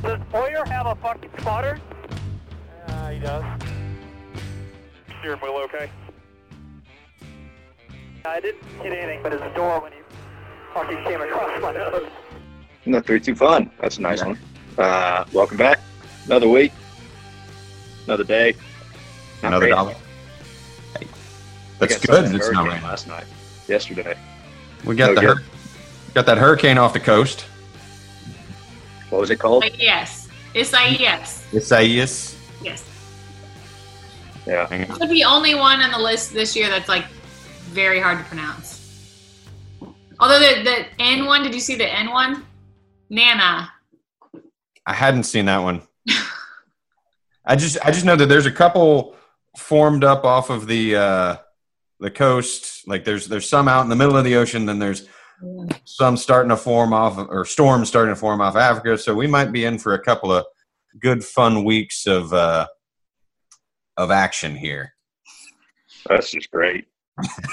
Carter have a fucking spotter? Uh, he does. Steering wheel okay? I didn't hit anything but his door when he fucking came across my nose. No, three, two, fun. That's a nice one. Uh, welcome back. Another week. Another day. Not Another great. dollar. Hey, We That's got stuck good. in that a It's not hurricane Oh, raining. last night. Yesterday. We got No the good. hur- got that hurricane off the coast. What was it called? yes. It's a yes. It's a yes. Yes. Yeah. Hang on. It's the only one on the list this year that's like very hard to pronounce. Although the, the N one, did you see the N one? Nana. I hadn't seen that one. I just I just know that there's a couple formed up off of the uh, the coast. Like there's there's some out in the middle of the ocean. Then there's some starting to form off or storms starting to form off Africa. So we might be in for a couple of good fun weeks of uh, of action here. That's just great.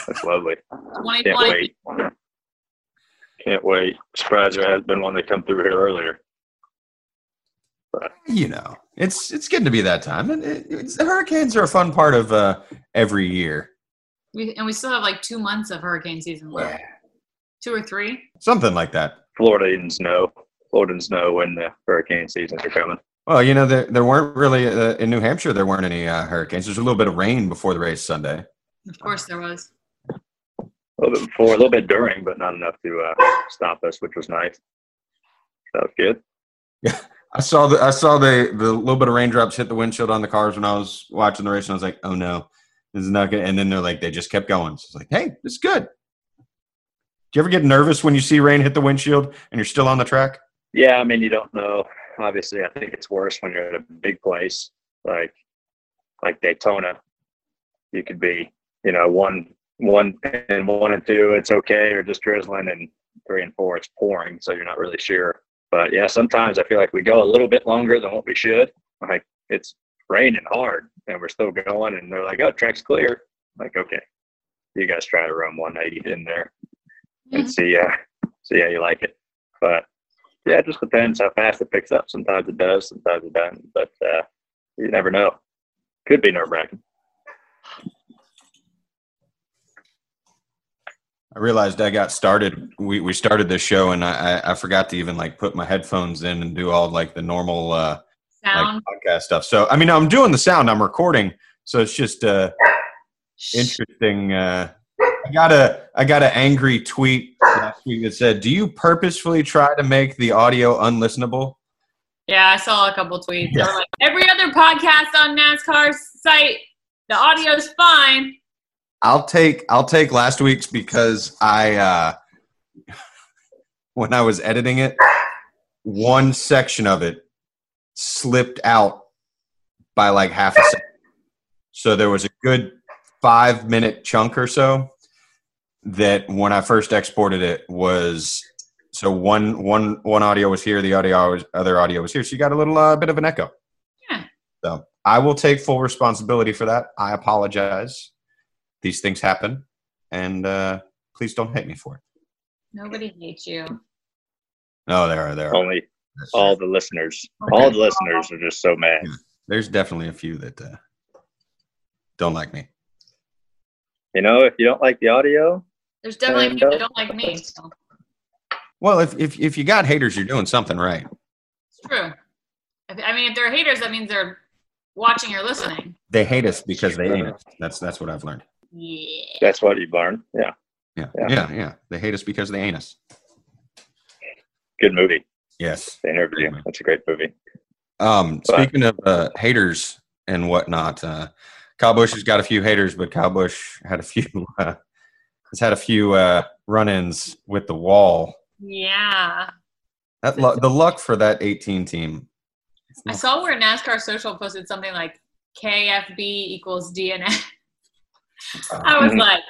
That's lovely. Can't 2020. wait. Can't wait. Surprised there has been one that come through here earlier. You know, it's it's good to be that time. And it, it's, the hurricanes are a fun part of uh, every year. We, and we still have like two months of hurricane season left. Two or three. Something like that. Florida didn't know. Florida didn't know when the hurricane seasons are coming. Well, you know, there, there weren't really uh, in New Hampshire. There weren't any uh, hurricanes. There's a little bit of rain before the race Sunday. Of course there was. A little bit before, a little bit during, but not enough to uh, stop us, which was nice. That was good. I saw the I saw the the little bit of raindrops hit the windshield on the cars when I was watching the race, and I was like, oh no, this is not good. And then they're like, they just kept going. So it's like, hey, this is good. Do you ever get nervous when you see rain hit the windshield and you're still on the track? Yeah, I mean, you don't know. Obviously, I think it's worse when you're at a big place like like Daytona. You could be, you know, one one and one and two, it's okay, or just drizzling, and three and four, it's pouring, so you're not really sure. But yeah, sometimes I feel like we go a little bit longer than what we should. Like it's raining hard, and we're still going, and they're like, "Oh, track's clear." Like, okay, you guys try to run 180 in there and see, uh, see how you like it. But yeah, it just depends how fast it picks up. Sometimes it does, sometimes it doesn't. But uh, you never know. Could be nerve wracking. I realized I got started. We we started this show, and I I, I forgot to even like put my headphones in and do all like the normal. Uh, Sound. like podcast stuff. So I mean, I'm doing the sound. I'm recording, so it's just uh, interesting. Uh, I got a I got an angry tweet last week that said, "Do you purposefully try to make the audio unlistenable?" Yeah, I saw a couple tweets. They were Yeah. like, Every other podcast on NASCAR's site, the audio's fine. I'll take I'll take last week's because I uh, when I was editing it, one section of it slipped out by like half a second. So there was a good five minute chunk or so that when I first exported it was so one one one audio was here, the audio was, other audio was here. So you got a little uh, bit of an echo. Yeah. So I will take full responsibility for that. I apologize these things happen and uh, please don't hate me for it Nobody hates you. no Oh, there are there are Only all the listeners, all the listeners are just so mad. there's definitely a few that uh, don't like me You know, if you don't like the audio, There's definitely Um, people no. that don't like me. So. well if, if, if you got haters you're doing something right It's true. If- I mean, if they're haters, that means they're watching or listening. they hate us because they ain't us that's that's what i've learned Yeah. that's what you learn. Yeah, yeah Yeah. yeah yeah, they hate us because they ain't us good movie. yes The interview. That's a great movie. um But- speaking of uh, haters and whatnot uh kyle bush has got a few haters but kyle bush had a few uh, has had a few uh run-ins with the wall Yeah. That lu- the luck for that 18 team. I saw where NASCAR Social posted something like KFB equals DNF. I was Mm-hmm. Mhm. like,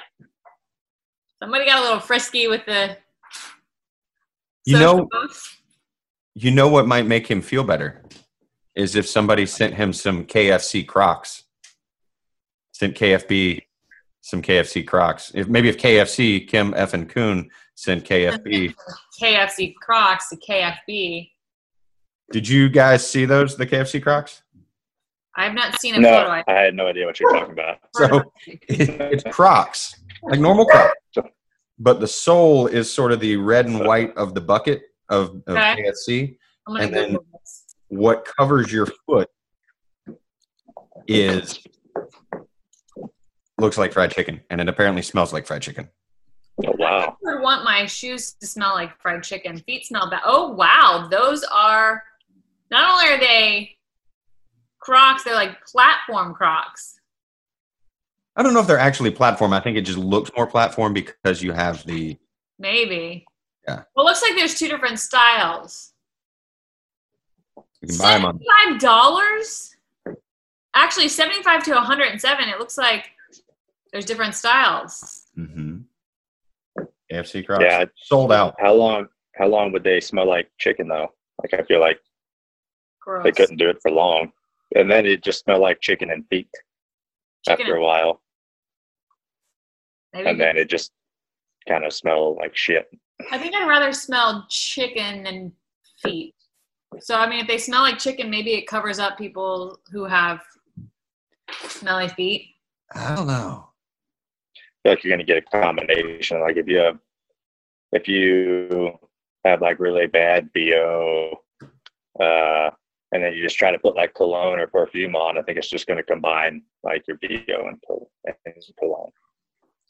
somebody got a little frisky with the. You social know- posts. You know what might make him feel better is if somebody sent him some KFC Crocs. Sent KFB some KFC Crocs. If maybe if KFC Kim F and Coon sent KFB KFC Crocs to KFB. Did you guys see those, the KFC Crocs? I've not seen a photo. No, I've I had no idea what you're talking about. heard So- about it. It- it's Crocs, like normal Crocs, but the sole is sort of the red and white of the bucket of, of Okay. KFC. I'm gonna and then- Google this. What covers your foot is looks like fried chicken, and it apparently smells like fried chicken. Oh, wow. I would want my shoes to smell like fried chicken. Feet smell bad. Oh wow, those are not only are they Crocs, they're like platform Crocs. I don't know if they're actually platform. I think it just looks more platform because you have the Maybe. Yeah. Well, it looks like there's two different styles. you can buy them on. Seventy-five dollars. Actually, seventy-five to one hundred and seven. It looks like there's different styles. Mhm. KFC Crocs Yeah. sold out. How long? How long would they smell like chicken though? Like I feel like Gross. they couldn't do it for long, and then it just smelled like chicken and feet Chicken after and- a while, Maybe and then it just kind of smelled like shit. I think I'd rather smell chicken than feet. So I mean, if they smell like chicken, maybe it covers up people who have smelly feet. I don't know. feel like you're going to get a combination. Like if you have, if you have like really bad bo, uh, and then you just try to put like cologne or perfume on, I think it's just going to combine like your bo and col- and cologne.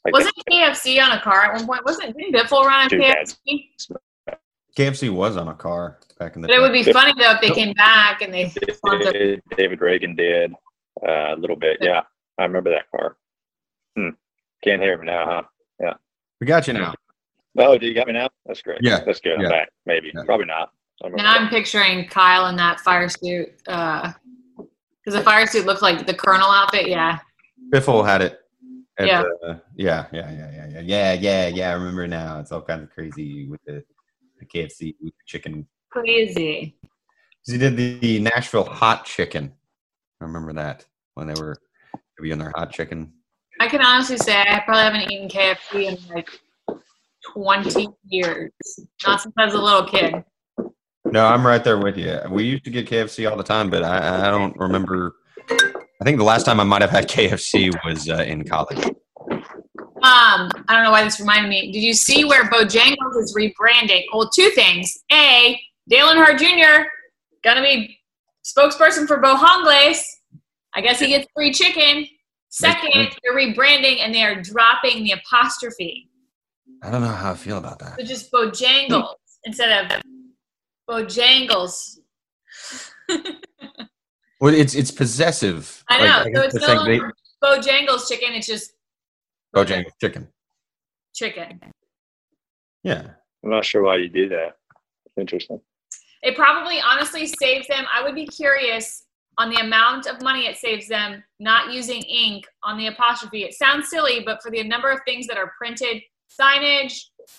Like Wasn't KFC on a car at one point? Wasn't didn't Biffle run on Too bad. KFC? KFC was on a car back in the But it day. would be funny though if they came back and they. David, David Reagan did uh, a little bit. Yeah, I remember that car. Hmm. Can't hear me now, huh? we got you now. Oh, do you got me now? That's great. Yeah, that's good. yeah. I'm back. Maybe, Yeah. probably not. I don't Now remember. I'm picturing Kyle in that fire suit. Because the fire suit looked like the Colonel outfit. Yeah. Biffle had it. at Yeah. the- yeah, yeah, yeah, yeah, yeah, yeah, yeah, yeah. I remember now. It's all kinds of crazy with the, the KFC chicken. Crazy. 'Cause He did the, the Nashville hot chicken. I remember that when they were maybe on their hot chicken. I can honestly say I probably haven't eaten KFC in like 20 years. Not since I was a little kid. No, I'm right there with you. We used to get KFC all the time, but I, I don't remember. I think the last time I might have had KFC was uh, in college. Um, I don't know why this reminded me. Did you see where Bojangles is rebranding? Well, two things. A, Dale Earnhardt Jr. gonna be spokesperson for Bojangles. I guess he gets free chicken. Second, sense. they're rebranding and they are dropping the apostrophe. I don't know how I feel about that. So just Bojangles instead of Bojangles. Well, it's it's possessive. I know. Like, so guess it's the thing no they- longer Bojangles chicken. It's just Bojangles chicken. chicken. Yeah. I'm not sure why you do that. Interesting. It probably honestly saves them. I would be curious on the amount of money it saves them not using ink on the apostrophe. It sounds silly, but for the number of things that are printed, signage,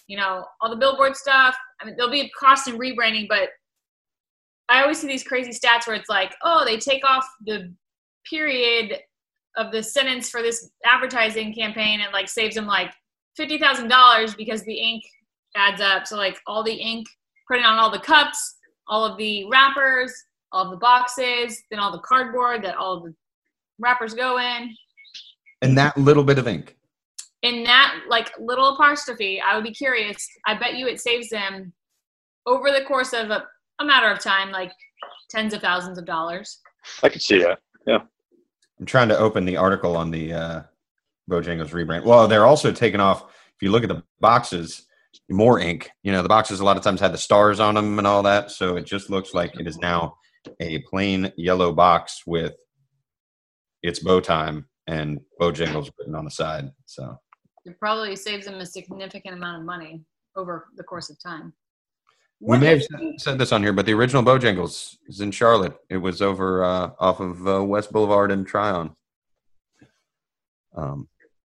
you know, all the billboard stuff, I mean, there'll be a cost in rebranding, but I always see these crazy stats where it's like, oh, they take off the period of the sentence for this advertising campaign and like saves them like $50,000 because the ink adds up. So, like, all the ink printed on all the cups, all of the wrappers, all of the boxes, then all the cardboard that all of the wrappers go in. And that little bit of ink. In that like little apostrophe, I would be curious. I bet you it saves them over the course of a, a matter of time, like tens of thousands of dollars. I could see that. I'm trying to open the article on the uh, Bojangles rebrand. Well, they're also taking off. If you look at the boxes, more ink. You know, the boxes a lot of times had the stars on them and all that, so it just looks like it is now a plain yellow box with it's bow time and Bojangles written on the side. So It probably saves them a significant amount of money over the course of time. we may have said- said this on here, but the original Bojangles is in Charlotte. It was over uh, off of uh, West Boulevard and Tryon. Um,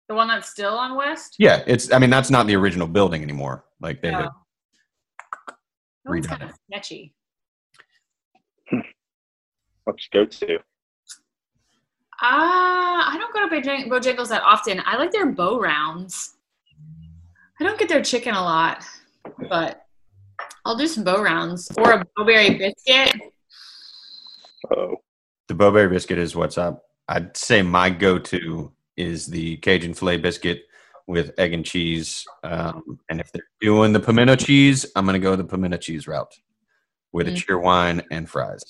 The one that's still on West? Yeah, it's. I mean, that's not the original building anymore. Like they, No. had- That one's redone kind of sketchy. Let's go to. Uh, I don't go to Bojang- Bojangles that often. I like their bow rounds. I don't get their chicken a lot, but I'll do some bow rounds or a bowberry biscuit. Oh, The Bowberry biscuit is what's up. I'd say my go-to is the Cajun filet biscuit with egg and cheese. Um, and if they're doing the pimento cheese, I'm gonna go the pimento cheese route with a Mm. cheer wine and fries.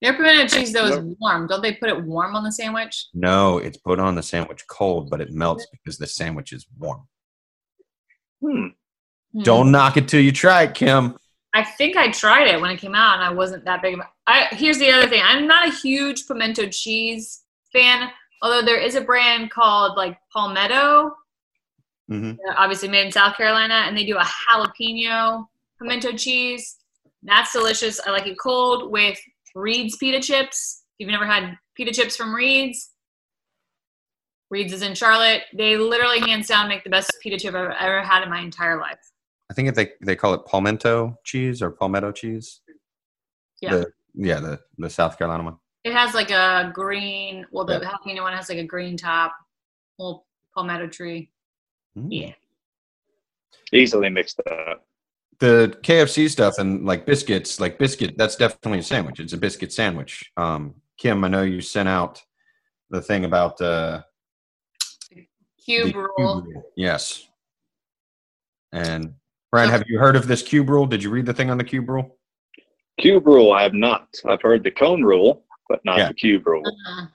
Their pimento cheese though is warm. Don't they put it warm on the sandwich? No, it's put on the sandwich cold, but it melts because the sandwich is warm. hmm. Hmm. Don't knock it till you try it, Kim. I think I tried it when it came out, and I wasn't that big of. A, I here's the other thing. I'm not a huge pimento cheese fan, although there is a brand called like Palmetto, Mhm. uh, obviously made in South Carolina, and they do a jalapeno pimento cheese. That's delicious. I like it cold with Reed's pita chips. If you've never had pita chips from Reed's, Reed's is in Charlotte. They literally, hands down, make the best pita chip I've ever had in my entire life. I think if they they call it palmetto cheese or palmetto cheese. Yeah. The, yeah, the, the South Carolina one. It has like a green. Well, the Yeah. jalapeno one has like a green top, little palmetto tree. Mm. Yeah, Easily mixed up. the KFC stuff and like biscuits, like biscuit, that's definitely a sandwich. It's a biscuit sandwich. Um, Kim, I know you sent out the thing about uh, the cube roll. Yes. And Brian, have you heard of this cube rule? Did you read the thing on the cube rule? Cube rule, I have not. I've heard the cone rule, but not Yeah. the cube rule. Uh,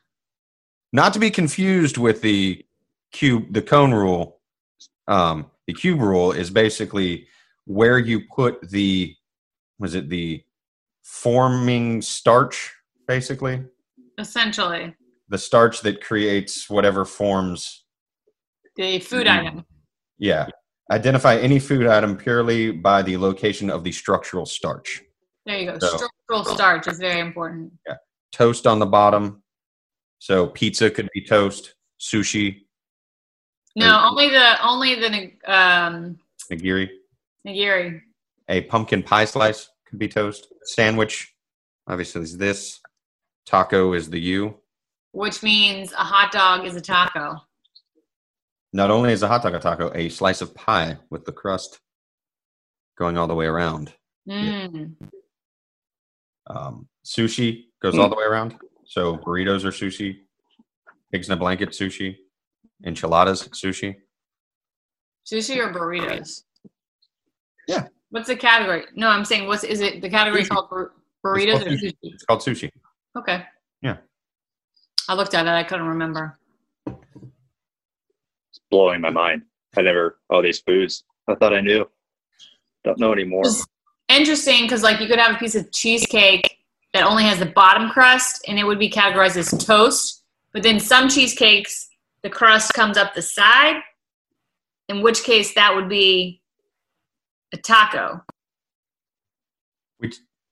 Not to be confused with the cube, the cone rule. Um, the cube rule is basically where you put the was it the forming starch, basically. essentially, the starch that creates whatever forms the food Mm. item. yeah identify any food item purely by the location of the structural starch There you go. So- Structural starch is very important. toast on the bottom so pizza could be toast sushi No, only the only the nag- um, nigiri nigiri. a pumpkin pie slice could be toast sandwich obviously is this taco is the u Which means a hot dog is a taco. not only is a hot dog a taco a slice of pie with the crust going all the way around Mm. Um, sushi goes all the way around. So burritos are sushi, pigs in a blanket sushi, enchiladas sushi. Sushi or burritos? Yeah. What's the category? No, I'm saying what's is it the category Sushi. called bur- burritos called or sushi. sushi? It's called sushi. Okay. Yeah. I looked at it. I couldn't remember. It's blowing my mind. I never all these foods. I thought I knew. Don't know anymore. Interesting, because like you could have a piece of cheesecake that only has the bottom crust, and it would be categorized as toast. But then some cheesecakes, the crust comes up the side, in which case that would be a taco.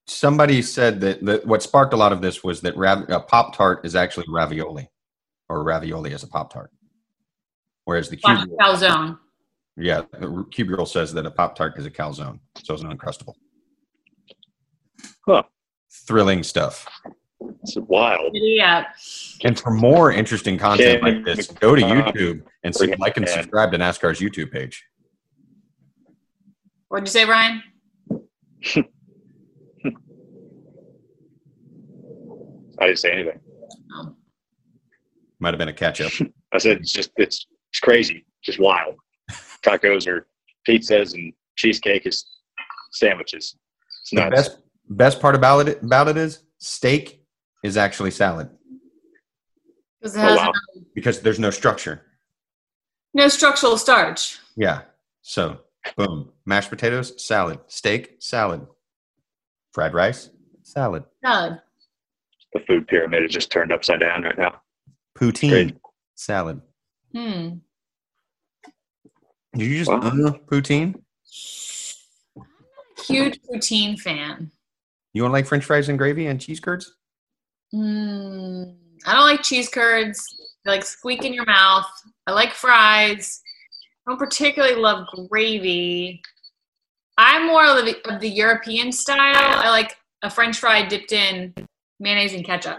Somebody said that, that what sparked a lot of this was that rav- uh, Pop Tart is actually ravioli, or ravioli is a Pop Tart. Whereas the Watch cube, calzone. yeah, the cube rule says that a Pop Tart is a calzone, so it's an uncrustable. Huh. Thrilling stuff. It's wild. Yeah. And for more interesting content Yeah. uh, like this, go to YouTube and see, like and Yeah. subscribe to NASCAR's YouTube page. What'd you say, Ryan? I didn't say anything. Might have been a catch up. I said it's just it's it's crazy. Just wild. Tacos or pizzas and cheesecake is sandwiches. It's the nuts. best best part about it about it is steak is actually salad Because it Oh, has wow. because there's no structure. no structural starch. Yeah. So boom, mashed potatoes, salad, steak, salad, fried rice, salad, Salad. The food pyramid is just turned upside down right now. poutine, Great. salad. Hmm. Did you just Wow. uh, poutine? Huge poutine fan. You want like French fries and gravy and cheese curds? Mm, I don't like cheese curds. They like squeak in your mouth. I like fries. I don't particularly love gravy. I'm more of the, of the European style. I like a French fry dipped in mayonnaise and ketchup.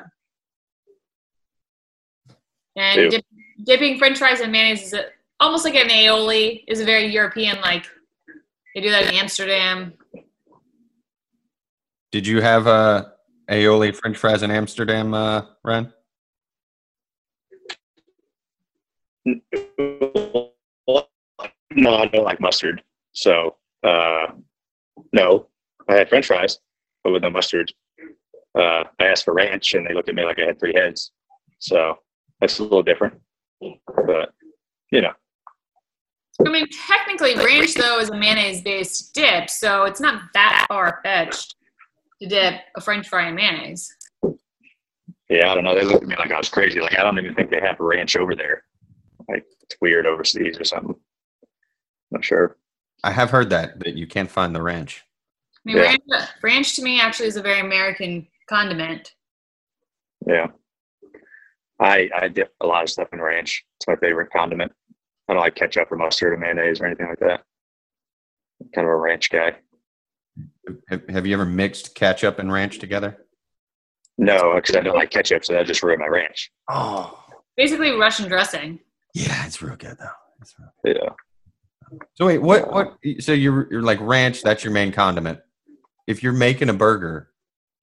Ew. And dip, dipping French fries in mayonnaise is a, almost like an aioli. Is a very European like. They do that in Amsterdam. Did you have uh, aioli French fries in Amsterdam, uh, Ren? No, I don't like mustard. So, uh, no, I had French fries, but with no mustard. Uh, I asked for ranch, and they looked at me like I had three heads. So that's a little different. But you know, I mean, technically, ranch though is a mayonnaise-based dip, so it's not that far-fetched to dip a French fry in mayonnaise. yeah, I don't know. They looked at me like I was crazy. Like I don't even think they have ranch over there. Like it's weird overseas or something. Not sure. I have heard that that you can't find the ranch. I mean, Yeah. ranch, ranch to me actually is a very American condiment. Yeah. I I dip a lot of stuff in ranch. It's my favorite condiment. I don't like ketchup or mustard or mayonnaise or anything like that. kind of a ranch guy. Have, have you ever mixed ketchup and ranch together? No, because I don't like ketchup, so that just ruined my ranch. Oh, Basically, Russian dressing. yeah, it's real good though. It's real- Yeah. So wait, what? What? So you're you're like ranch? That's your main condiment. If you're making a burger,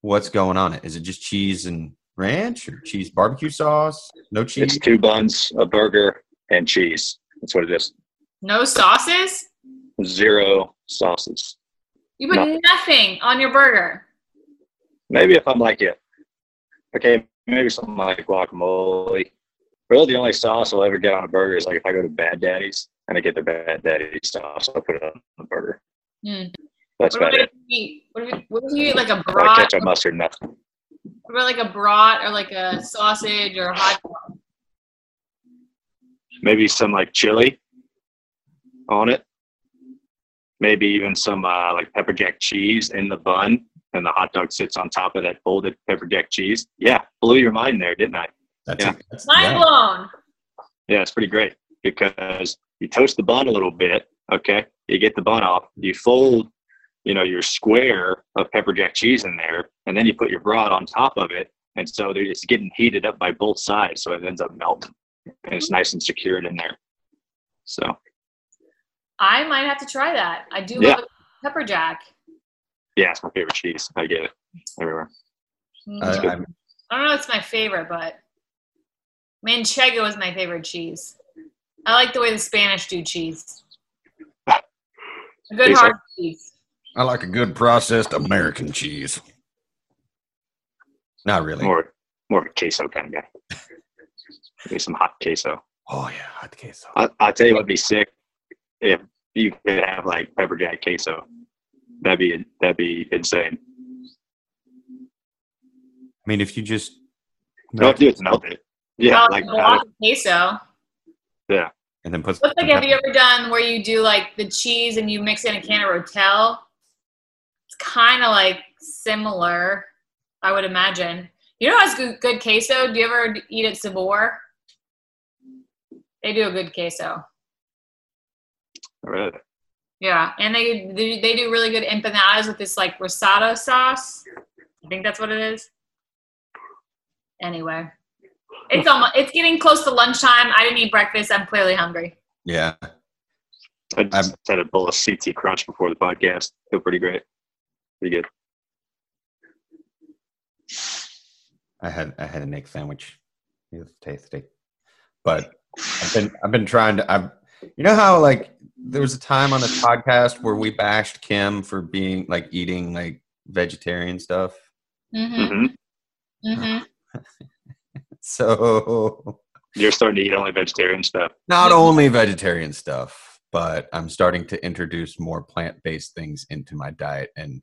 what's going on? It is it just cheese and ranch or cheese barbecue sauce? No It's cheese. two buns, a burger, and cheese. That's what it is. No sauces. Zero sauces. You put No. nothing on your burger. Maybe if I'm like it. Okay, maybe something like guacamole. Really, the only sauce I'll ever get on a burger is like if I go to Bad Daddy's and I get the Bad Daddy sauce, I'll put it on the burger. Hmm. That's about what about it. if you eat? What if, what if you eat like a I like brat? ketchup, mustard, nothing. What about like a brat or like a sausage or a hot? Maybe some like chili on it. Maybe even some uh, like pepper jack cheese in the bun, and the hot dog sits on top of that folded pepper jack cheese. Yeah, blew your mind there, didn't I? That's yeah. that's- Mind yeah. blown. Yeah, it's pretty great because you toast the bun a little bit. Okay, you get the bun off. You fold, you know, your square of pepper jack cheese in there, and then you put your broth on top of it, and so they're- it's getting heated up by both sides, so it ends up melting, and it's nice and secured in there. So I might have to try that. I do Yeah. love a pepper jack. yeah, it's my favorite cheese. I get it everywhere. Mm. I- good. I'm- I don't know. if It's my favorite, but manchego is my favorite cheese. I like the way the Spanish do cheese. A good Lisa. hard cheese. I like a good processed American cheese. Not really. More more of a queso kind of guy. Maybe some hot queso. Oh yeah, hot queso. I, I'll tell you what'd be sick if you could have like pepper jack queso. That'd be that'd be insane. I mean, if you just No, Don't melt do it, melt it. Yeah, Oh, like the uh, block of queso. and then put. Looks like some have you pepper- ever done where you do like the cheese and you mix in a can of Rotel? It's kind of like similar, I would imagine. You know, what's good, good queso. Do you ever eat at Sabor? They do a good queso. really. Yeah, and they they they do really good empanadas with this like rosado sauce. I think that's what it is. Anyway, it's almost, it's getting close to lunchtime. I didn't eat breakfast. I'm clearly hungry. Yeah, I just had a bowl of CT Crunch before the podcast. Feel pretty great. Pretty good. I had I had an egg sandwich. It was tasty, but I've been I've been trying to. I've you know how like there was a time on this podcast where we bashed Kim for being like eating like vegetarian stuff. Mm-hmm. hmm Mm-hmm. So You're starting to eat only vegetarian stuff. not only vegetarian stuff, but I'm starting to introduce more plant based things into my diet. And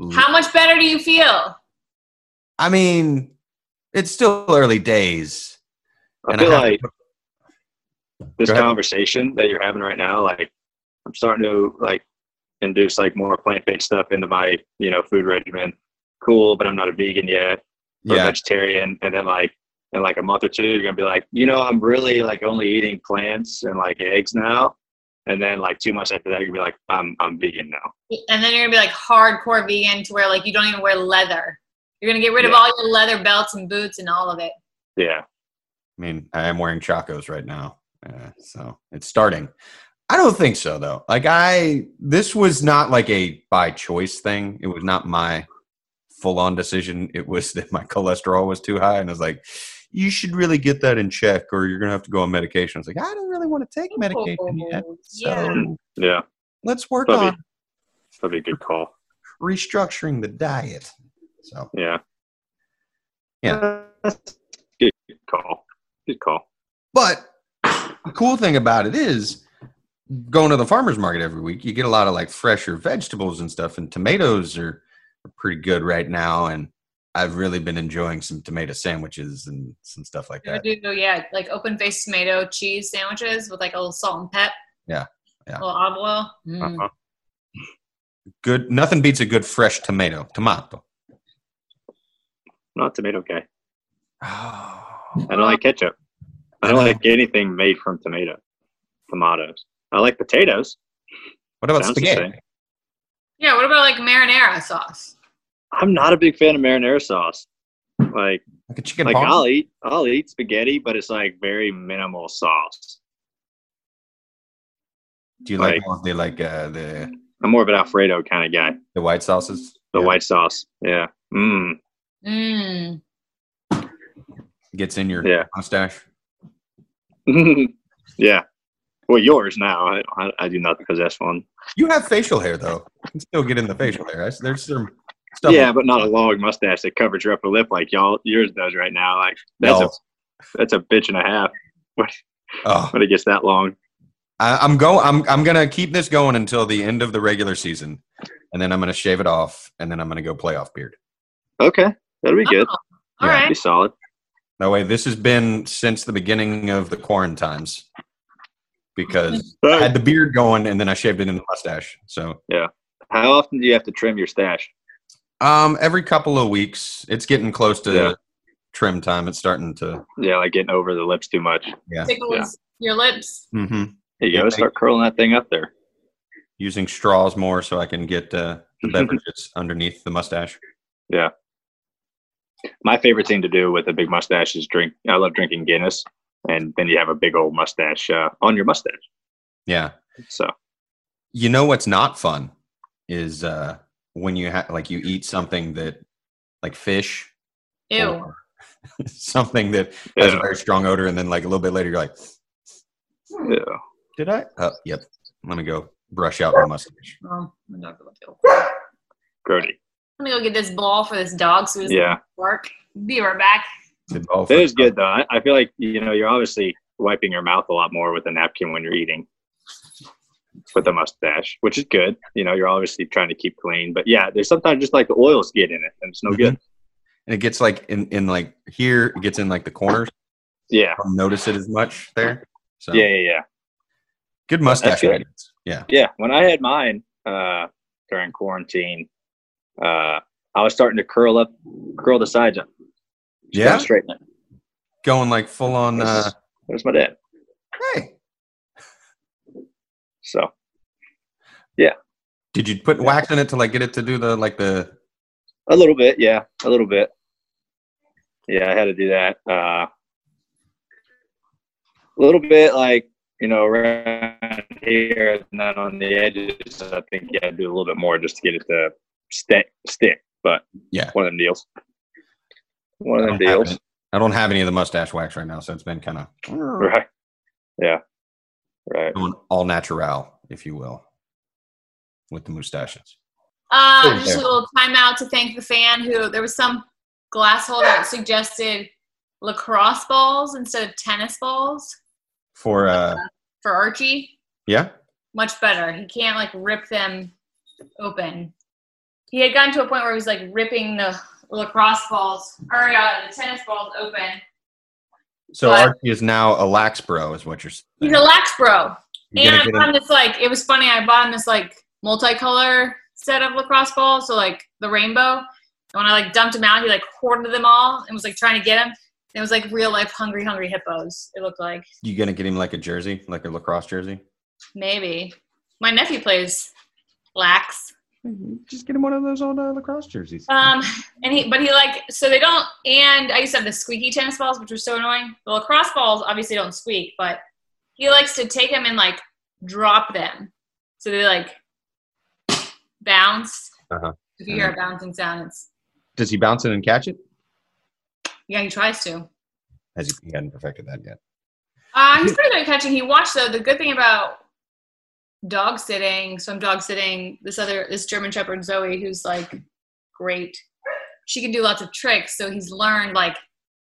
l- How much better do you feel? I mean, it's still early days. I And I feel have- like this Go ahead. conversation that you're having right now, like I'm starting to like induce like more plant based stuff into my, you know, food regimen. Cool, but I'm not a vegan yet or Yeah, vegetarian. And then like in like a month or two, you're gonna be like, you know, I'm really like only eating plants and like eggs now. And then like two months after that, you'll be like, I'm I'm vegan now. And then you're gonna be like hardcore vegan to where like you don't even wear leather. You're gonna get rid of Yeah. all your leather belts and boots and all of it. Yeah. I mean, I am wearing Chacos right now. Uh, so it's starting. I don't think so, though. Like, I, this was not like a by choice thing. It was not my full on decision. It was that my cholesterol was too high, and I was like, "You should really get that in check, or you're gonna have to go on medication." I was like, "I don't really want to take medication yet, so Yeah. Yeah, let's work That'd be- on that'd be a good call. restructuring the diet." So Yeah. Yeah. Good call. Good call. But the cool thing about it is going to the farmer's market every week, you get a lot of like fresher vegetables and stuff, and tomatoes are, are pretty good right now. And I've really been enjoying some tomato sandwiches and some stuff like I that. do, yeah, like open faced tomato cheese sandwiches with like a little salt and pep. Yeah, yeah. A little olive oil. Mm. Uh-huh. Good, nothing beats a good fresh tomato. Tomato. Not tomato guy. Oh, I don't like ketchup. I don't like anything made from tomato, tomatoes. I like potatoes. what about Sounds the spaghetti? same. Yeah, what about like marinara sauce? I'm not a big fan of marinara sauce. Like, Like a chicken like parm? I'll eat, I'll eat spaghetti, but it's like very minimal sauce. Do you like, like- more of the like uh, the I'm more of an Alfredo kind of guy. the white sauces? The Yeah. white sauce, yeah. Mmm. Mm. gets in your Yeah. mustache. yeah. Well, yours now. I, I, I do not possess one. You have facial hair though. You can still get in the facial hair. I- There's some stuff. Yeah, but not a long mustache that covers your upper lip like y'all yours does right now. Like that's No. a that's a bitch and a half Oh, when it gets that long. I, I'm go. I'm I'm gonna keep this going until the end of the regular season, and then I'm gonna shave it off, and then I'm gonna go playoff beard. Okay, that'll be good. Oh, all Yeah. right. Be solid. That way, this has been since the beginning of the quarantines, because I had the beard going, and then I shaved it in the mustache. So, How often do you have to trim your stash? um, every couple of weeks, it's getting close to Yeah. trim time. It's starting to. Yeah, like getting over the lips too much. Tickles your lips. hmm You gotta start curling that thing up there. using straws more so I can get uh, the beverages underneath the mustache. My favorite thing to do with a big mustache is drink. I love drinking Guinness, and then you have a big old mustache uh, on your mustache. Yeah. So You know what's not fun is uh, when you ha- like you eat something that like fish Ew. or something that has a yeah, very strong odor, and then like a little bit later you're like, yeah. did I? Uh, yep. Let me go brush out my mustache. Oh, I'm not gonna do it. Grody. I'm gonna go get this ball for this dog so it doesn't Yeah. bark. Be right back. Did all That for- is good though. I, I feel like you know you're obviously wiping your mouth a lot more with a napkin when you're eating with a mustache, which is good. You know, you're obviously trying to keep clean, but yeah, there's sometimes just like the oils get in it, and it's no Mm-hmm. good. And it gets like in, in like here, it gets in like the corners. Yeah, I don't notice it as much there. So yeah, yeah, yeah. good mustache. good. maintenance. Yeah. Yeah. When I had mine uh, during quarantine, uh, I was starting to curl up, curl the sides up, just Yeah. kinda straighten it. Going like full on. Uh, There's my dad. hey, So Did you put wax in it to like get it to do the like the? a little bit, yeah, a little bit. Yeah, I had to do that. Uh, a little bit like you know around here not on the edges i think you had to do a little bit more just to get it to stick stick but Yeah. one of them deals one I of don't, them have deals any, I don't have any of the mustache wax right now, so it's been kind of right yeah right going all natural, if you will, with the mustaches. Uh, Oh, just a there. little timeout to thank the fan who there was some glass hole that suggested lacrosse balls instead of tennis balls For uh, for Archie. yeah, Much better. He can't like rip them open. He had gotten to a point where he was like ripping the lacrosse balls or uh, the tennis balls open. so But- Archie is now a lax bro, is what you're saying. He's a lax bro. You're And gonna I get him- bought him this like it was funny. I bought him this like multicolor set of lacrosse balls, so like the rainbow. And when I like dumped him out, he like hoarded them all and was like trying to get him. It was like real life hungry, hungry hippos. It looked like you gonna get him like a jersey, like a lacrosse jersey. maybe my nephew plays lax. Just get him one of those old uh, lacrosse jerseys. Um, and he but he like so they don't. And I used to have the squeaky tennis balls, which were so annoying. The lacrosse balls obviously don't squeak, but he likes to take them and like drop them, so they like bounce. Uh-huh. If you hear a bouncing sound, it's Does he bounce it and catch it? Yeah, he tries to. Has he, he hadn't perfected that yet? Uh, he's pretty good at catching. He watched though. The good thing about dog sitting, so I'm dog sitting this other this German Shepherd Zoe, who's like great. She can do lots of tricks, so he's learned like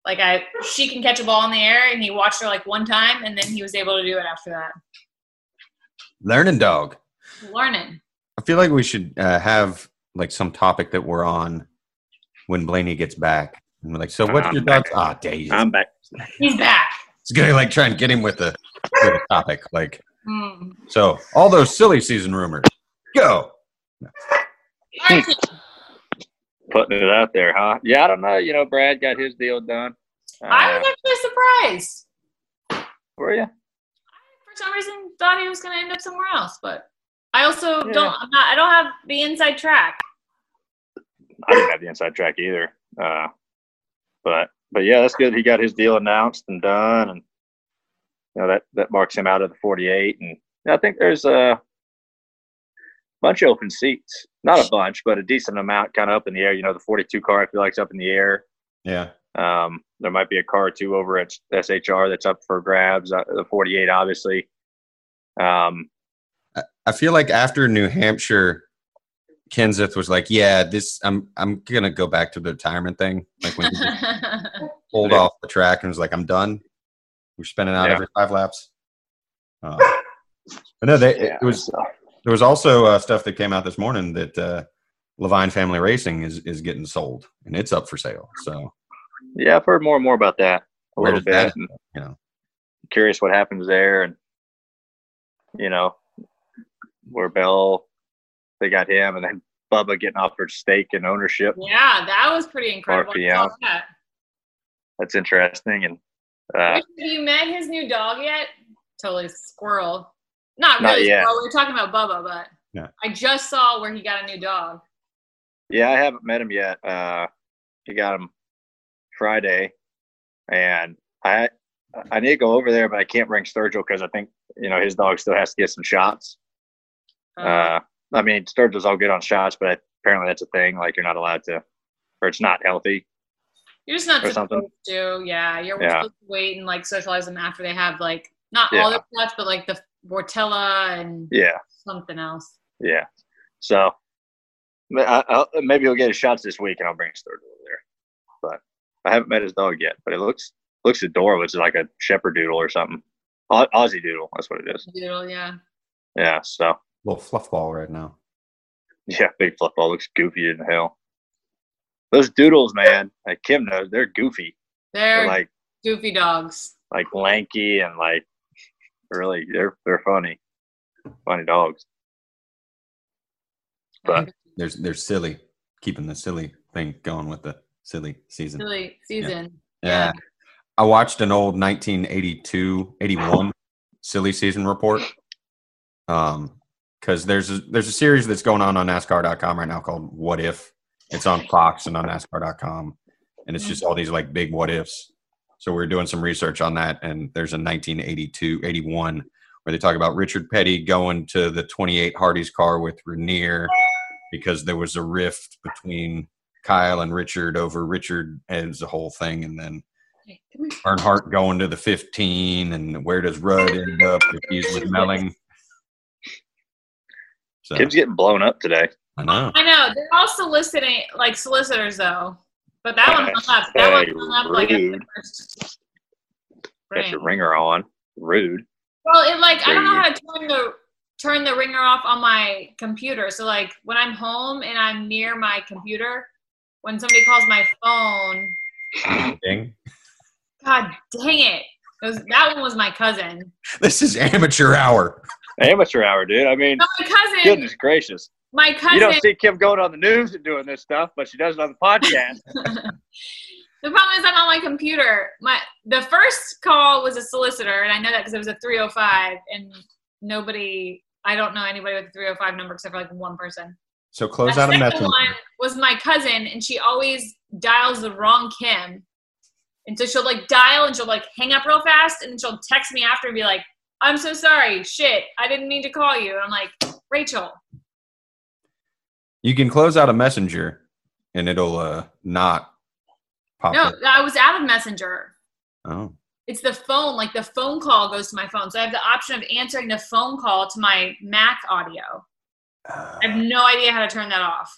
like I she can catch a ball in the air, and he watched her like one time, and then he was able to do it after that. Learning dog. Learning. I feel like we should uh, have like some topic that we're on when Blaney gets back. And we're like, so what's I'm your back. dog's? Ah, days. I'm back. He's back. It's gonna like try and get him with a, with a topic. Like, Mm. so all those silly season rumors. Go. All right, Putting it out there, huh? Yeah, I don't know. You know, Brad got his deal done. I Uh, was actually surprised. were you? For some reason, thought he was going to end up somewhere else, but I also don't. I'm not. I don't have the inside track. I didn't have the inside track either. Uh, but but yeah, that's good. He got his deal announced and done, and you know that that marks him out of the 48. And I think there's a bunch of open seats, not a bunch, but a decent amount kind of up in the air. You know, the 42 car I feel like's up in the air. Yeah. Um, there might be a car or two over at SHR that's up for grabs. Uh, the 48, obviously. Um, I feel like after New Hampshire, Kenseth was like, "Yeah, this. I'm. I'm gonna go back to the retirement thing. Like when he pulled Yeah. off the track and was like, I'm done. We're spinning out Yeah. every five laps." Uh, but no, they, yeah, it was so- There was also uh, stuff that came out this morning that uh, Levine Family Racing is is getting sold and it's up for sale. So yeah, I've heard more and more about that a Where little does that bit. and- you know, curious what happens there and you know where Bell they got him and then Bubba getting offered stake and ownership. yeah, that was pretty incredible. I saw RPM. that. That's interesting and uh, Have you met his new dog yet? Totally squirrel. Not Not really yet. squirrel. We were talking about Bubba, but Yeah. I just saw where he got a new dog. yeah, I haven't met him yet. Uh he got him Friday and I I need to go over there but I can't bring Sturgill because I think you know his dog still has to get some shots. Um, Uh, I mean, Sturgill's all good on shots, but apparently that's a thing. Like you're not allowed to, or it's not healthy. You're just not or supposed something. to. Yeah, you're Yeah. supposed to wait and like socialize them after they have like not Yeah. all their shots, but like the Bortella and Yeah. something else. Yeah. So ma- I, I'll, maybe he'll get his shots this week, and I'll bring his third over there. But I haven't met his dog yet. But it looks looks adorable. It's like a shepherd doodle or something. Au- Aussie doodle. That's what it is. Doodle, yeah. Yeah. So little fluff ball right now. yeah, big fluff ball looks goofy in hell. Those doodles, man. Like Kim knows, they're goofy. They're They're like goofy dogs. like lanky and like really, they're they're funny, funny dogs. But There's they're silly, keeping the silly thing going with the silly season. Silly season. Yeah. I watched an old 1982, 81 silly season report. Um, because there's a, there's a series that's going on on NASCAR.com right now called What If. It's on Fox and on NASCAR.com, and it's just all these like big what ifs. So we we're doing some research on that, and there's a 1982, 81 where they talk about Richard Petty going to the 28 Hardy's car with Rainier because there was a rift between Kyle and Richard over Richard as the whole thing, and then Hey, come here. Earnhardt going to the 15, and where does Rudd end up if he's with Melling? So, Kim's getting blown up today. I know. I know. They're all soliciting like solicitors though. But that one hung up. That one hung up like at the Rude. first Got your ring. ringer on. Rude. Well, it like I don't know There how to turn the turn the ringer off on my computer. So like when I'm home and I'm near my computer, when somebody calls my phone, Ding. God dang it! Those- that one was my cousin. This is amateur hour. Amateur hour, dude. I mean, No, my cousin, goodness gracious. my You cousin. don't see Kim going on the news and doing this stuff, but she does it on the podcast. the problem is I'm on my computer. My the first call was a solicitor, and I know that because it was a 305, and nobody. I don't know anybody with a 305 number except for like one person. So close The out a second message. one was my cousin, and she always dials the wrong Kim. And so she'll like dial and she'll like hang up real fast, and then she'll text me after and be like, I'm so sorry, shit, I didn't mean to call you. And I'm like, Rachel, You can close out a messenger and it'll uh, not pop No, up. I was out of Messenger. Oh, It's the phone, like the phone call goes to my phone. So I have the option of answering the phone call to my Mac audio. Uh, I have I no idea how to turn that off.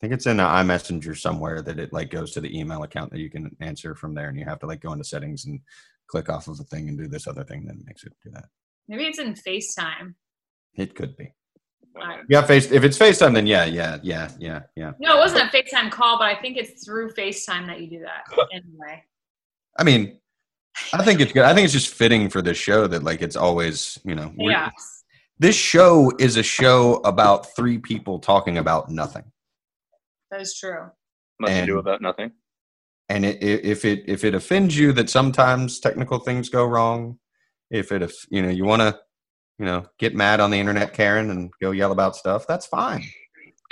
think it's in the iMessenger somewhere that it like goes to the email account that you can answer from there, and you have to like go into settings and click off of the thing and do this other thing that makes it do that. Maybe it's in FaceTime. It could be. All right. Yeah, face. If it's FaceTime, then yeah, yeah, yeah, yeah, yeah. No, it wasn't a FaceTime call, but I think it's through FaceTime that you do that. Anyway, I mean, I think it's good. I think it's just fitting for this show that like it's always you know we- yeah. This show is a show about three people talking about nothing, That is true. Nothing to do And- about nothing. and it, i if it if it offends you that sometimes technical things go wrong, if it if you know you want to you know get mad on the internet, Karen, and go yell about stuff, that's fine.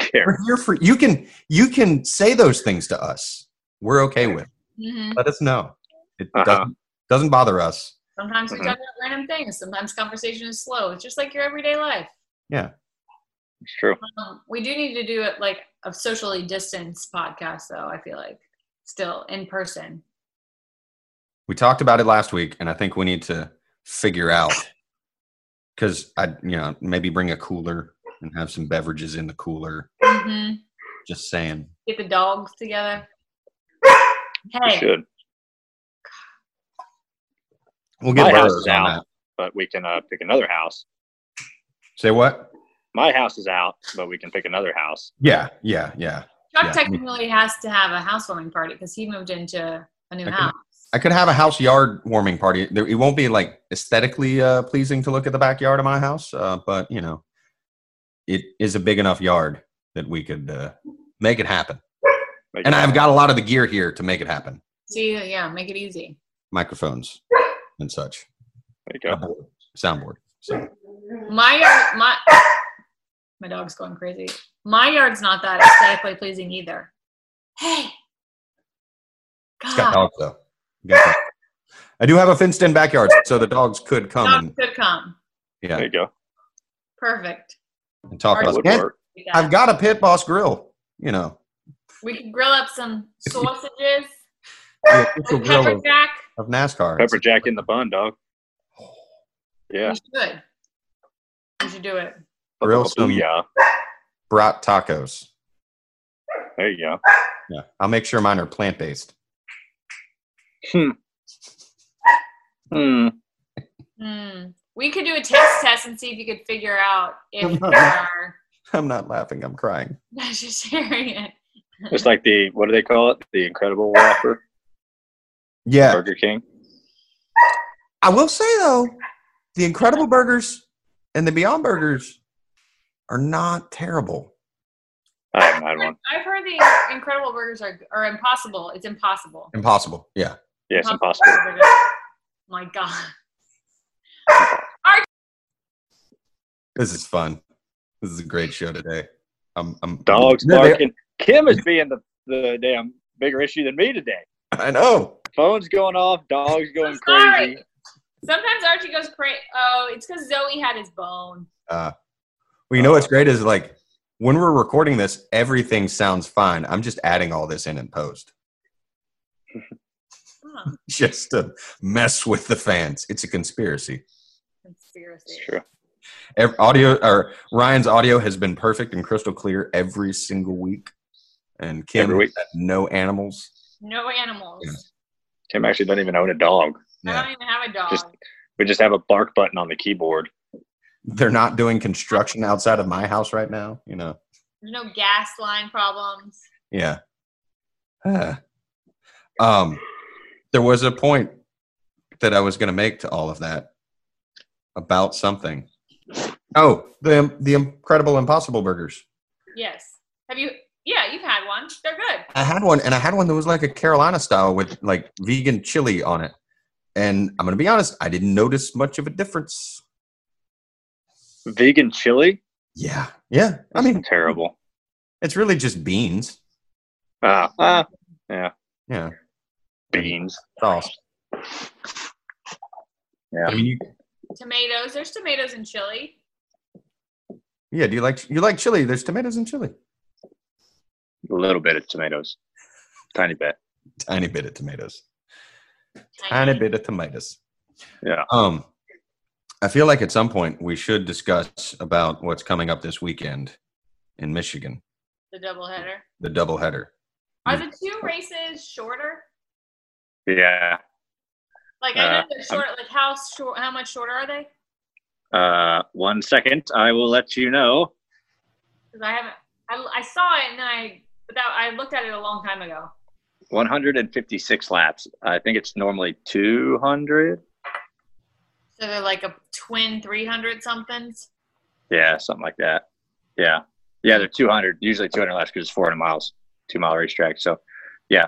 Karen. We're here for you can you can say those things to us. We're okay with. it. hmm Let us know. It Uh-huh. doesn't doesn't bother us. Sometimes we talk about random things. Sometimes conversation is slow. It's just like your everyday life. It's true. Um, we do need to do it like a socially distanced podcast, though. I feel like still in person. we talked about it last week and i think we need to figure out because i you know maybe bring a cooler and have some beverages in the cooler hmm just saying Get the dogs together. We Hey, should, we'll get My house Burrows is on out. that but we can uh, pick another house. say what My house is out, but we can pick another house. yeah yeah yeah Chuck yeah. technically has to have a housewarming party because he moved into a new Okay. house. i could have a house yard warming party There- it won't be like aesthetically uh, pleasing to look at the backyard of my house uh, but you know it is a big enough yard that we could uh, make it happen Make and it happen. i've got a lot of the gear here to make it happen See, yeah, make it easy. microphones and such There you go. Soundboard. Soundboard. So My yard, my my dog's going crazy. My yard's not that aesthetically pleasing either. Hey, it's got God, dogs though. You got dogs. I do have a fenced-in backyard, so the dogs could come dogs and could come. yeah There you go. Perfect. and talk That That about. would And work. Do that. I've got a pit boss grill. You know, We could grill up some sausages, the official some grill pepper of, jack. of NASCAR. Pepper jack in the bun, dog. Yeah. We should. We should do it. Grill some- Yeah. brat tacos. There you go. Yeah, I'll make sure mine are plant-based. Hmm. Hmm. We could do a taste test and see if you could figure out if there are I'm not laughing. I'm crying. vegetarian. It's like the what do they call it? The Incredible Whopper, Yeah, Burger King. I will say though, the Incredible Burgers and the Beyond Burgers are not terrible. I haven't had one. I've heard the incredible burgers are are impossible. It's impossible. Impossible. Yeah. Yeah, it's impossible. My God. This is fun. This is a great show today. I'm, I'm Dogs Yeah, they- barking. Kim is being the, the damn bigger issue than me today. I know. Phones going off, dogs going I'm sorry. crazy. Sometimes Archie goes crazy. Oh, it's because Zoe had his bone. uh, Well, you know what's great is like when we're recording this, everything sounds fine. I'm just adding all this in in post Huh. just to mess with the fans. It's a conspiracy. Conspiracy. It's true. Ev- audio or Ryan's audio has been perfect and crystal clear every single week, and Kim Every week. had no animals. No animals. Kim actually doesn't even own a dog. I Yeah, don't even have a dog. Just- We just have a bark button on the keyboard. they're not doing construction outside of my house right now. You know. There's no gas line problems. Yeah. Uh, um, there was a point that I was going to make to all of that about something. Oh, the the incredible impossible burgers. Yes. Have you? Yeah, you've had one. They're good. I had one, and I had one that was like a Carolina style with like vegan chili on it. And I'm going to be honest, I didn't notice much of a difference. Vegan chili? Yeah, yeah. I mean, Terrible. it's really just beans. Ah, ah, Yeah, beans. sauce. Yeah. I mean, you, Tomatoes. There's tomatoes and chili. yeah. Do you like you like chili? There's tomatoes and chili. a little bit of tomatoes, tiny bit. Tiny bit of tomatoes. Tiny bit of tomatoes. Yeah. Um, I feel like at some point we should discuss about what's coming up this weekend in Michigan, The doubleheader. the doubleheader. Are the two races shorter? Yeah. Like I Uh, know they're short. Like how short? How much shorter are they? Uh, one second, I will let you know. Because I haven't. I, I saw it and then I but that I looked at it a long time ago. 156 laps. I think it's normally 200. So they're like a twin three hundred somethings. Yeah, something like that. Yeah, yeah, they're 200. Usually 200 laps because it's 400 miles, two mile racetrack. So, yeah,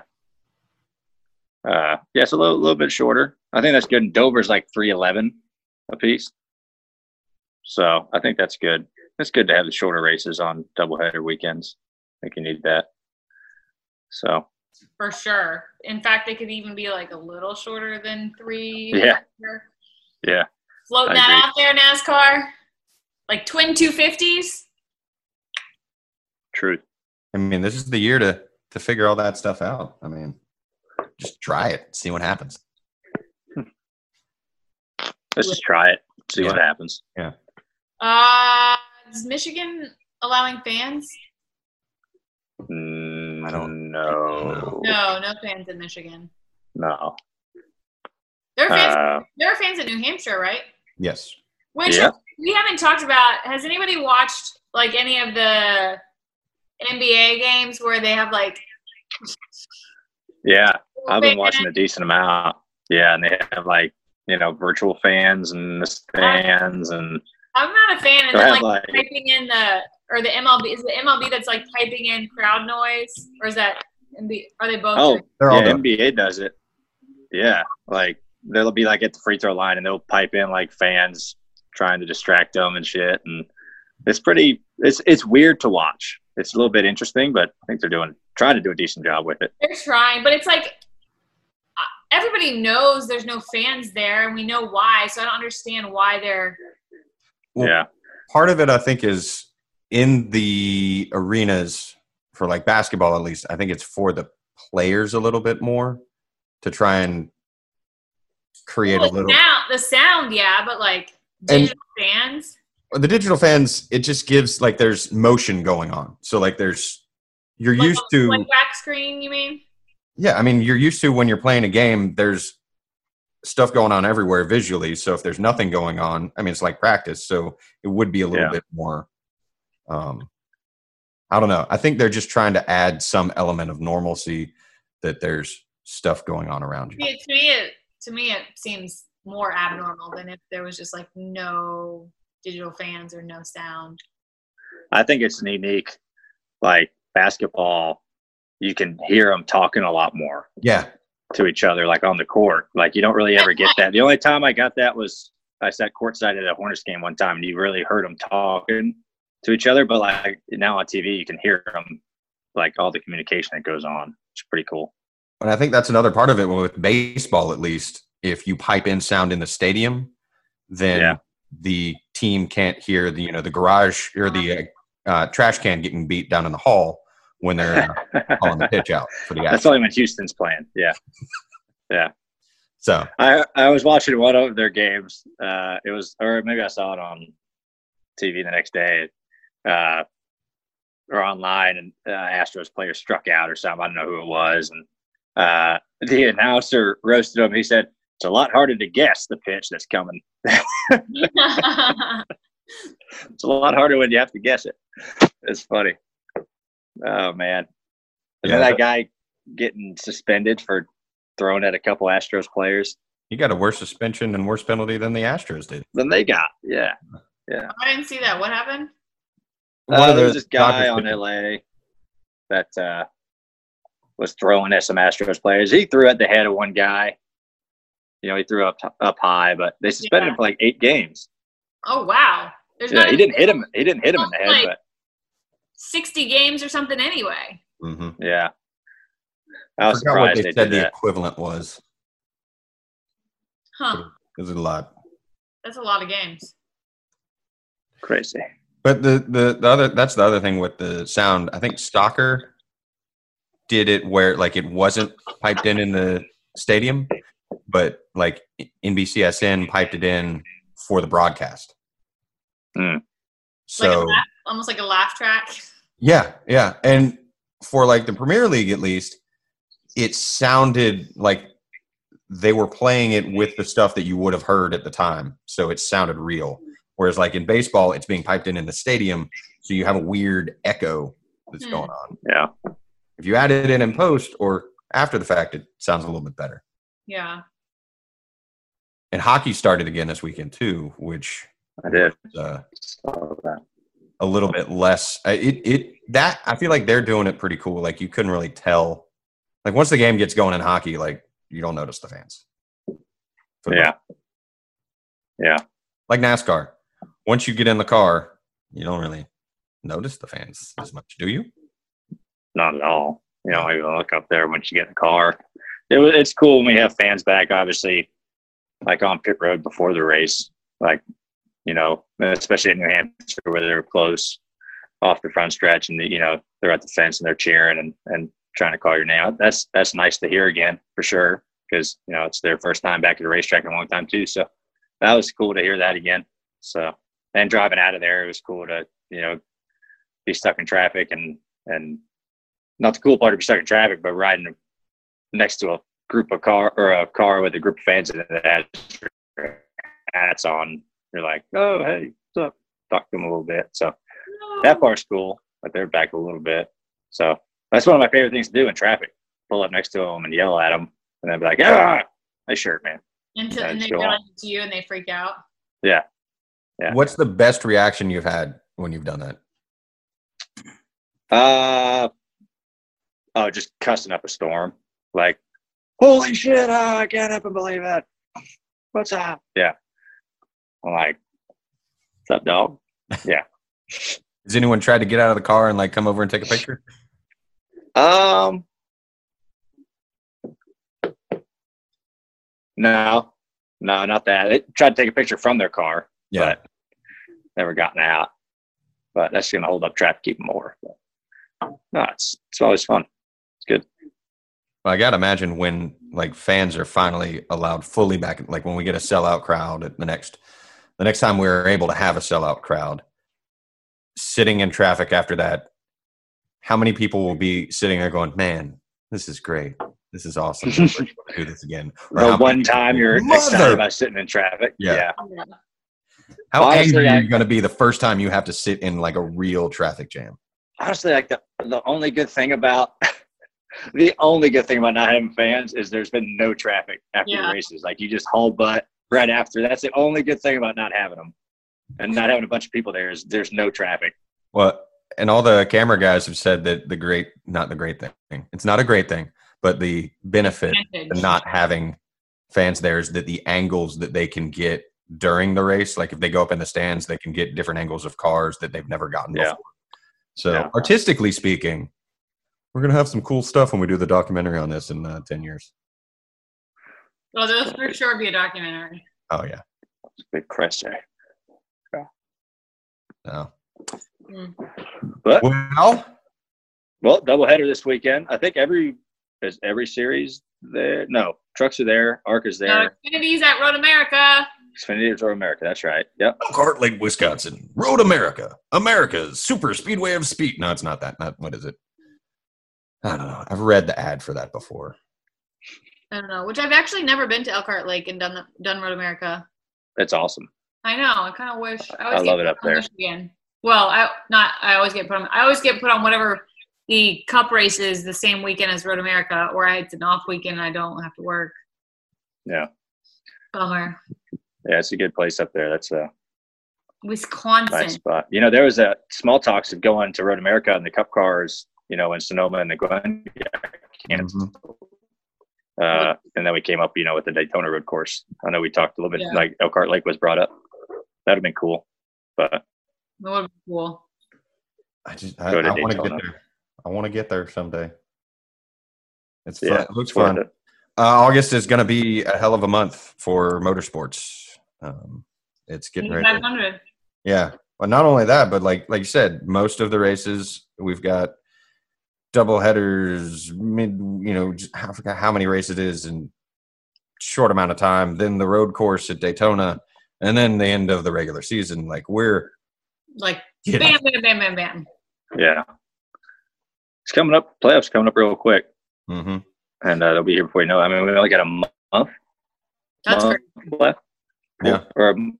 uh, yeah, it's a little, little bit shorter. I think that's good. And Dover's like 311 a piece. So I think that's good. It's good to have the shorter races on doubleheader weekends. I think you need that. So For sure. In fact, they could even be like a little shorter than three. Yeah. Yeah. Floating I that out there, NASCAR. Like twin 250s. truth. I mean, this is the year to to figure all that stuff out. I mean, just try it, see what happens. Let's just try it. See what happens. Uh, is Michigan allowing fans? Mm, I don't- know. No, no fans in Michigan. No. There are fans, Uh, there are fans in New Hampshire, right? Yes. Which Yeah. we haven't talked about. Has anybody watched like any of the NBA games where they have like yeah, I've been watching a decent amount. Yeah, and they have like you know virtual fans and the stands, and I'm not a fan. And they then have like like piping in the or the MLB is the MLB that's like piping in crowd noise or is that MB, are they both? oh They're all yeah, done. NBA does it. Yeah, like they'll be like at the free throw line and they'll pipe in like fans trying to distract them and shit, and it's pretty. It's it's weird to watch. It's a little bit interesting, but I think they're doing trying to do a decent job with it. They're trying, but it's like uh, everybody knows there's no fans there, and we know why. So I don't understand why they're Well, yeah. Part of it, I think, is in the arenas for like basketball, at least. I think it's for the players a little bit more to try and create a Well, little. now the sound, yeah, but like And- digital fans. The digital fans, it just gives like there's motion going on. So like there's you're like, used to like back screen. You mean? Yeah, I mean, you're used to when you're playing a game, there's stuff going on everywhere visually. So if there's nothing going on, I mean, it's like practice. So it would be a little Yeah. bit more. Um, I don't know. I think they're just trying to add some element of normalcy that there's stuff going on around you. Yeah, to me, it to me it seems more abnormal than if there was just like no digital fans or no sound. I think it's unique. Like basketball, you can hear them talking a lot more Yeah, to each other, like on the court. Like you don't really ever get that. The only time I got that was I sat courtside at a Hornets game one time, and you really heard them talking to each other. But like now on TV, you can hear them, like all the communication that goes on. It's pretty cool. and I think that's another part of it with baseball, at least. If you pipe in sound in the stadium, then Yeah. the team can't hear the you know the garage or the Uh-huh. uh, trash can getting beat down in the hall when they're uh, calling the pitch out for the That's action. only when Houston's playing. Yeah. So I I was watching one of their games. Uh, it was, or maybe I saw it on TV the next day, uh, or online, and uh, Astros player struck out or something. I don't know who it was, and uh, the announcer roasted him. He said it's a lot harder to guess the pitch that's coming. It's a lot harder when you have to guess it. It's funny. Oh man, and Yeah. then that guy getting suspended for throwing at a couple Astros players. you got a worse suspension and worse penalty than the Astros did. Then they got yeah. I didn't see that. What happened? One Uh, of there was the this guy Dodgers on pitchers. LA that uh, was throwing at some Astros players. He threw at the head of one guy. You know, he threw up up high, but they suspended Yeah. him for like eight games. Oh wow, there's Yeah, not he didn't hit him. He didn't hit him in the Like- head, but sixty games or something anyway. Mhm. yeah. I was forgot what surprised they, they, said did the that. equivalent was. Huh? It was a lot. That's a lot of games. Crazy. But the, the the other that's the other thing with the sound. I think Stalker did it where like it wasn't piped in in the stadium, but like NBCSN piped it in for the broadcast. Hmm. like a So laugh, almost like a laugh track. yeah, yeah, and for like the Premier League at least, it sounded like they were playing it with the stuff that you would have heard at the time, so it sounded real. Whereas like in baseball, it's being piped in in the stadium, so you have a weird echo that's Hmm. going on. Yeah. If you add it in in post or after the fact, it sounds a little bit better. Yeah. And hockey started again this weekend too, which I did. is uh, So that- a little bit less. uh, It it that I feel like they're doing it pretty cool. Like you couldn't really tell. Like once the game gets going in hockey, like you don't notice the fans. For the- Yeah. Yeah. Like NASCAR, once you get in the car, you don't really notice the fans as much, do you? Not at all. You know, I look up there once you get in the car. It, wa- it's cool when we have fans back, obviously, like on pit road before the race, like, you know, especially in New Hampshire where they're close off the front stretch and, you know, they're at the fence and they're cheering and, and trying to call your name. That's, that's nice to hear again for sure because, you know, it's their first time back at the racetrack in a long time too. So that was cool to hear that again. So, and driving out of there, it was cool to, you know, be stuck in traffic and, and not the cool part of being stuck in traffic, but riding next to a group of car or a car with a group of fans in it that has hats on. You're like, oh hey, what's up? Talk to them a little bit. So that part's cool, but they're back a little bit. So that's one of my favorite things to do in traffic: pull up next to them and yell at them, and then be like, ah, nice shirt, man. Until, Yeah, and they sure. run into you and they freak out. Yeah. What's the best reaction you've had when you've done that? Uh, oh, just cussing up a storm. Like, holy shit! Oh, I can't even believe it. What's up? Yeah. I'm like, what's up, dog? Has anyone tried to get out of the car and like come over and take a picture? Um. No, no, not that. They tried to take a picture from their car, but never gotten out. But that's gonna hold up traffic even more. But, no, it's it's always fun. Well, I gotta imagine when like fans are finally allowed fully back, like when we get a sellout crowd at the next, the next time we are able to have a sellout crowd, sitting in traffic after that, how many people will be sitting there going, "Man, this is great, this is awesome, I'm never able to do this again." Or how The many one people time will, you're "Mother!" excited about sitting in traffic. Yeah. yeah. Yeah. how Honestly, angry I- are you going to be the first time you have to sit in like a real traffic jam? honestly, like the, the only good thing about the only good thing about not having fans is there's been no traffic after Yeah. the races. Like you just haul butt right after. That's the only good thing about not having them and not having a bunch of people there is there's no traffic. Well, and all the camera guys have said that the great, not the great thing, it's not a great thing, but the benefit Advantage. and not having fans there is that the angles that they can get during the race, like if they go up in the stands, they can get different angles of cars that they've never gotten Yeah. before. So, Yeah. artistically speaking, we're gonna have some cool stuff when we do the documentary on this in uh, ten years. Well, those for sure be a documentary. Oh yeah, Good question. no. Hmm. But Well, well, doubleheader this weekend. I think every is every series there. No, trucks are there. Arc is No, there. Xfinity's at Road America. Xfinity is over America. That's right. Yep. Cart Lake, Wisconsin, Road America, America's super speedway of speed. No, it's not that. Not what is it? I don't know. I've read the ad for that before. I don't know, which I've actually never been to Elkhart Lake and done the, done Road America. That's awesome. I know. I kind of wish. I, I always love get it up put on there. Michigan. Well, I not. I always get put on. I always get put on whatever the Cup race is the same weekend as Road America, or I it's an off weekend and I don't have to work. Yeah. Bummer. Yeah, it's a good place up there. That's uh Wisconsin. Nice spot. You know, there was a small talks of going to Road America and the Cup cars. You know, in Sonoma and the Glen, Mhm. uh, and then we came up. You know, with the Daytona Road Course. I know we talked a little bit. Yeah. Like Elkhart Lake was brought up. That'd have been cool. But That would be cool. I just I, Go to I want to get Daytona. there. I want to get there someday. It's fun. Yeah, it looks it's worth fun. Uh, it. August is going to be a hell of a month for motorsports. Um, it's getting ready. 500. Yeah, but not only that, but like like you said, most of the races we've got double headers mid you know just- i forgot how many races it is in short amount of time then the road course at daytona and then the end of the regular season like we're Like getting bam, bam, bam, bam, bam. Yeah. It's coming up. Playoffs coming up real quick, hmm and uh, they'll be here before you know. It. I mean, we only got a month That's Mom. great. left. Yeah. Or um,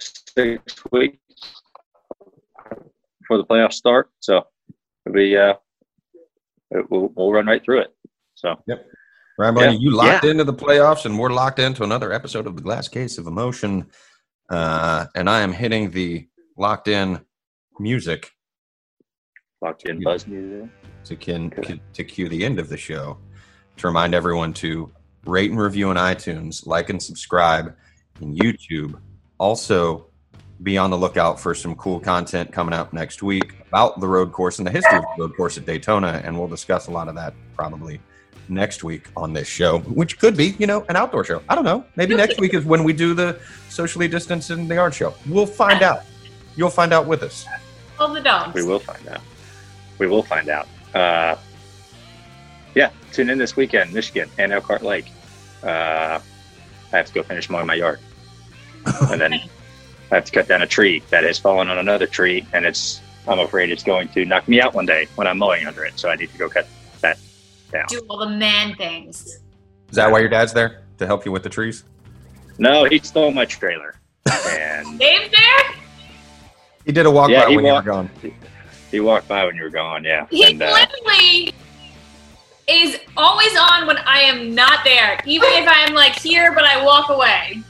six weeks before the playoffs start. So it'll be, uh, it, we'll, we'll run right through it. So Ryan Yeah. Blaney, you locked into the playoffs, and we're locked into another episode of the Glass Case of Emotion. Uh, and I am hitting the locked in music locked in Yeah. buzz music. to can to cue the end of the show. To remind everyone to rate and review on iTunes, like and subscribe in YouTube. Also, be on the lookout for some cool content coming out next week about the road course and the history of the road course at Daytona, and we'll discuss a lot of that probably next week on this show, which could be, you know, an outdoor show. I don't know. Maybe next week is when we do the socially distanced in the yard show. We'll find out. You'll find out with us. All the dogs. We will find out. We will find out. Uh, yeah, tune in this weekend, Michigan and Elkhart Lake. Uh, I have to go finish mowing my yard, and then I have to cut down a tree that has fallen on another tree, and it's. I'm afraid it's going to knock me out one day when I'm mowing under it, so I need to go cut that down. Do all the man things. Is that why your dad's there to help you with the trees? No, he stole my trailer, and Dave's there? He did a walk Yeah, by he when walked- you were gone. he walked by when you were gone. Yeah, He and, uh, literally is always on when I am not there, even if I am like here, but I walk away.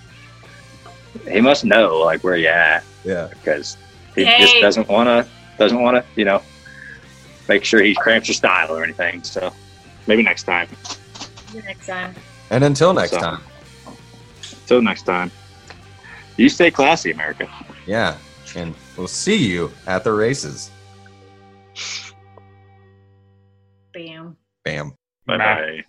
he must know like where you at. Yeah. because he Hey. just doesn't want to doesn't want to you know make sure he cramps your style or anything. So maybe next time. See you Next time. And until next So- time, Till next time, you stay classy, America. yeah. And we'll see you at the races. Bam. Bam. Bye bye.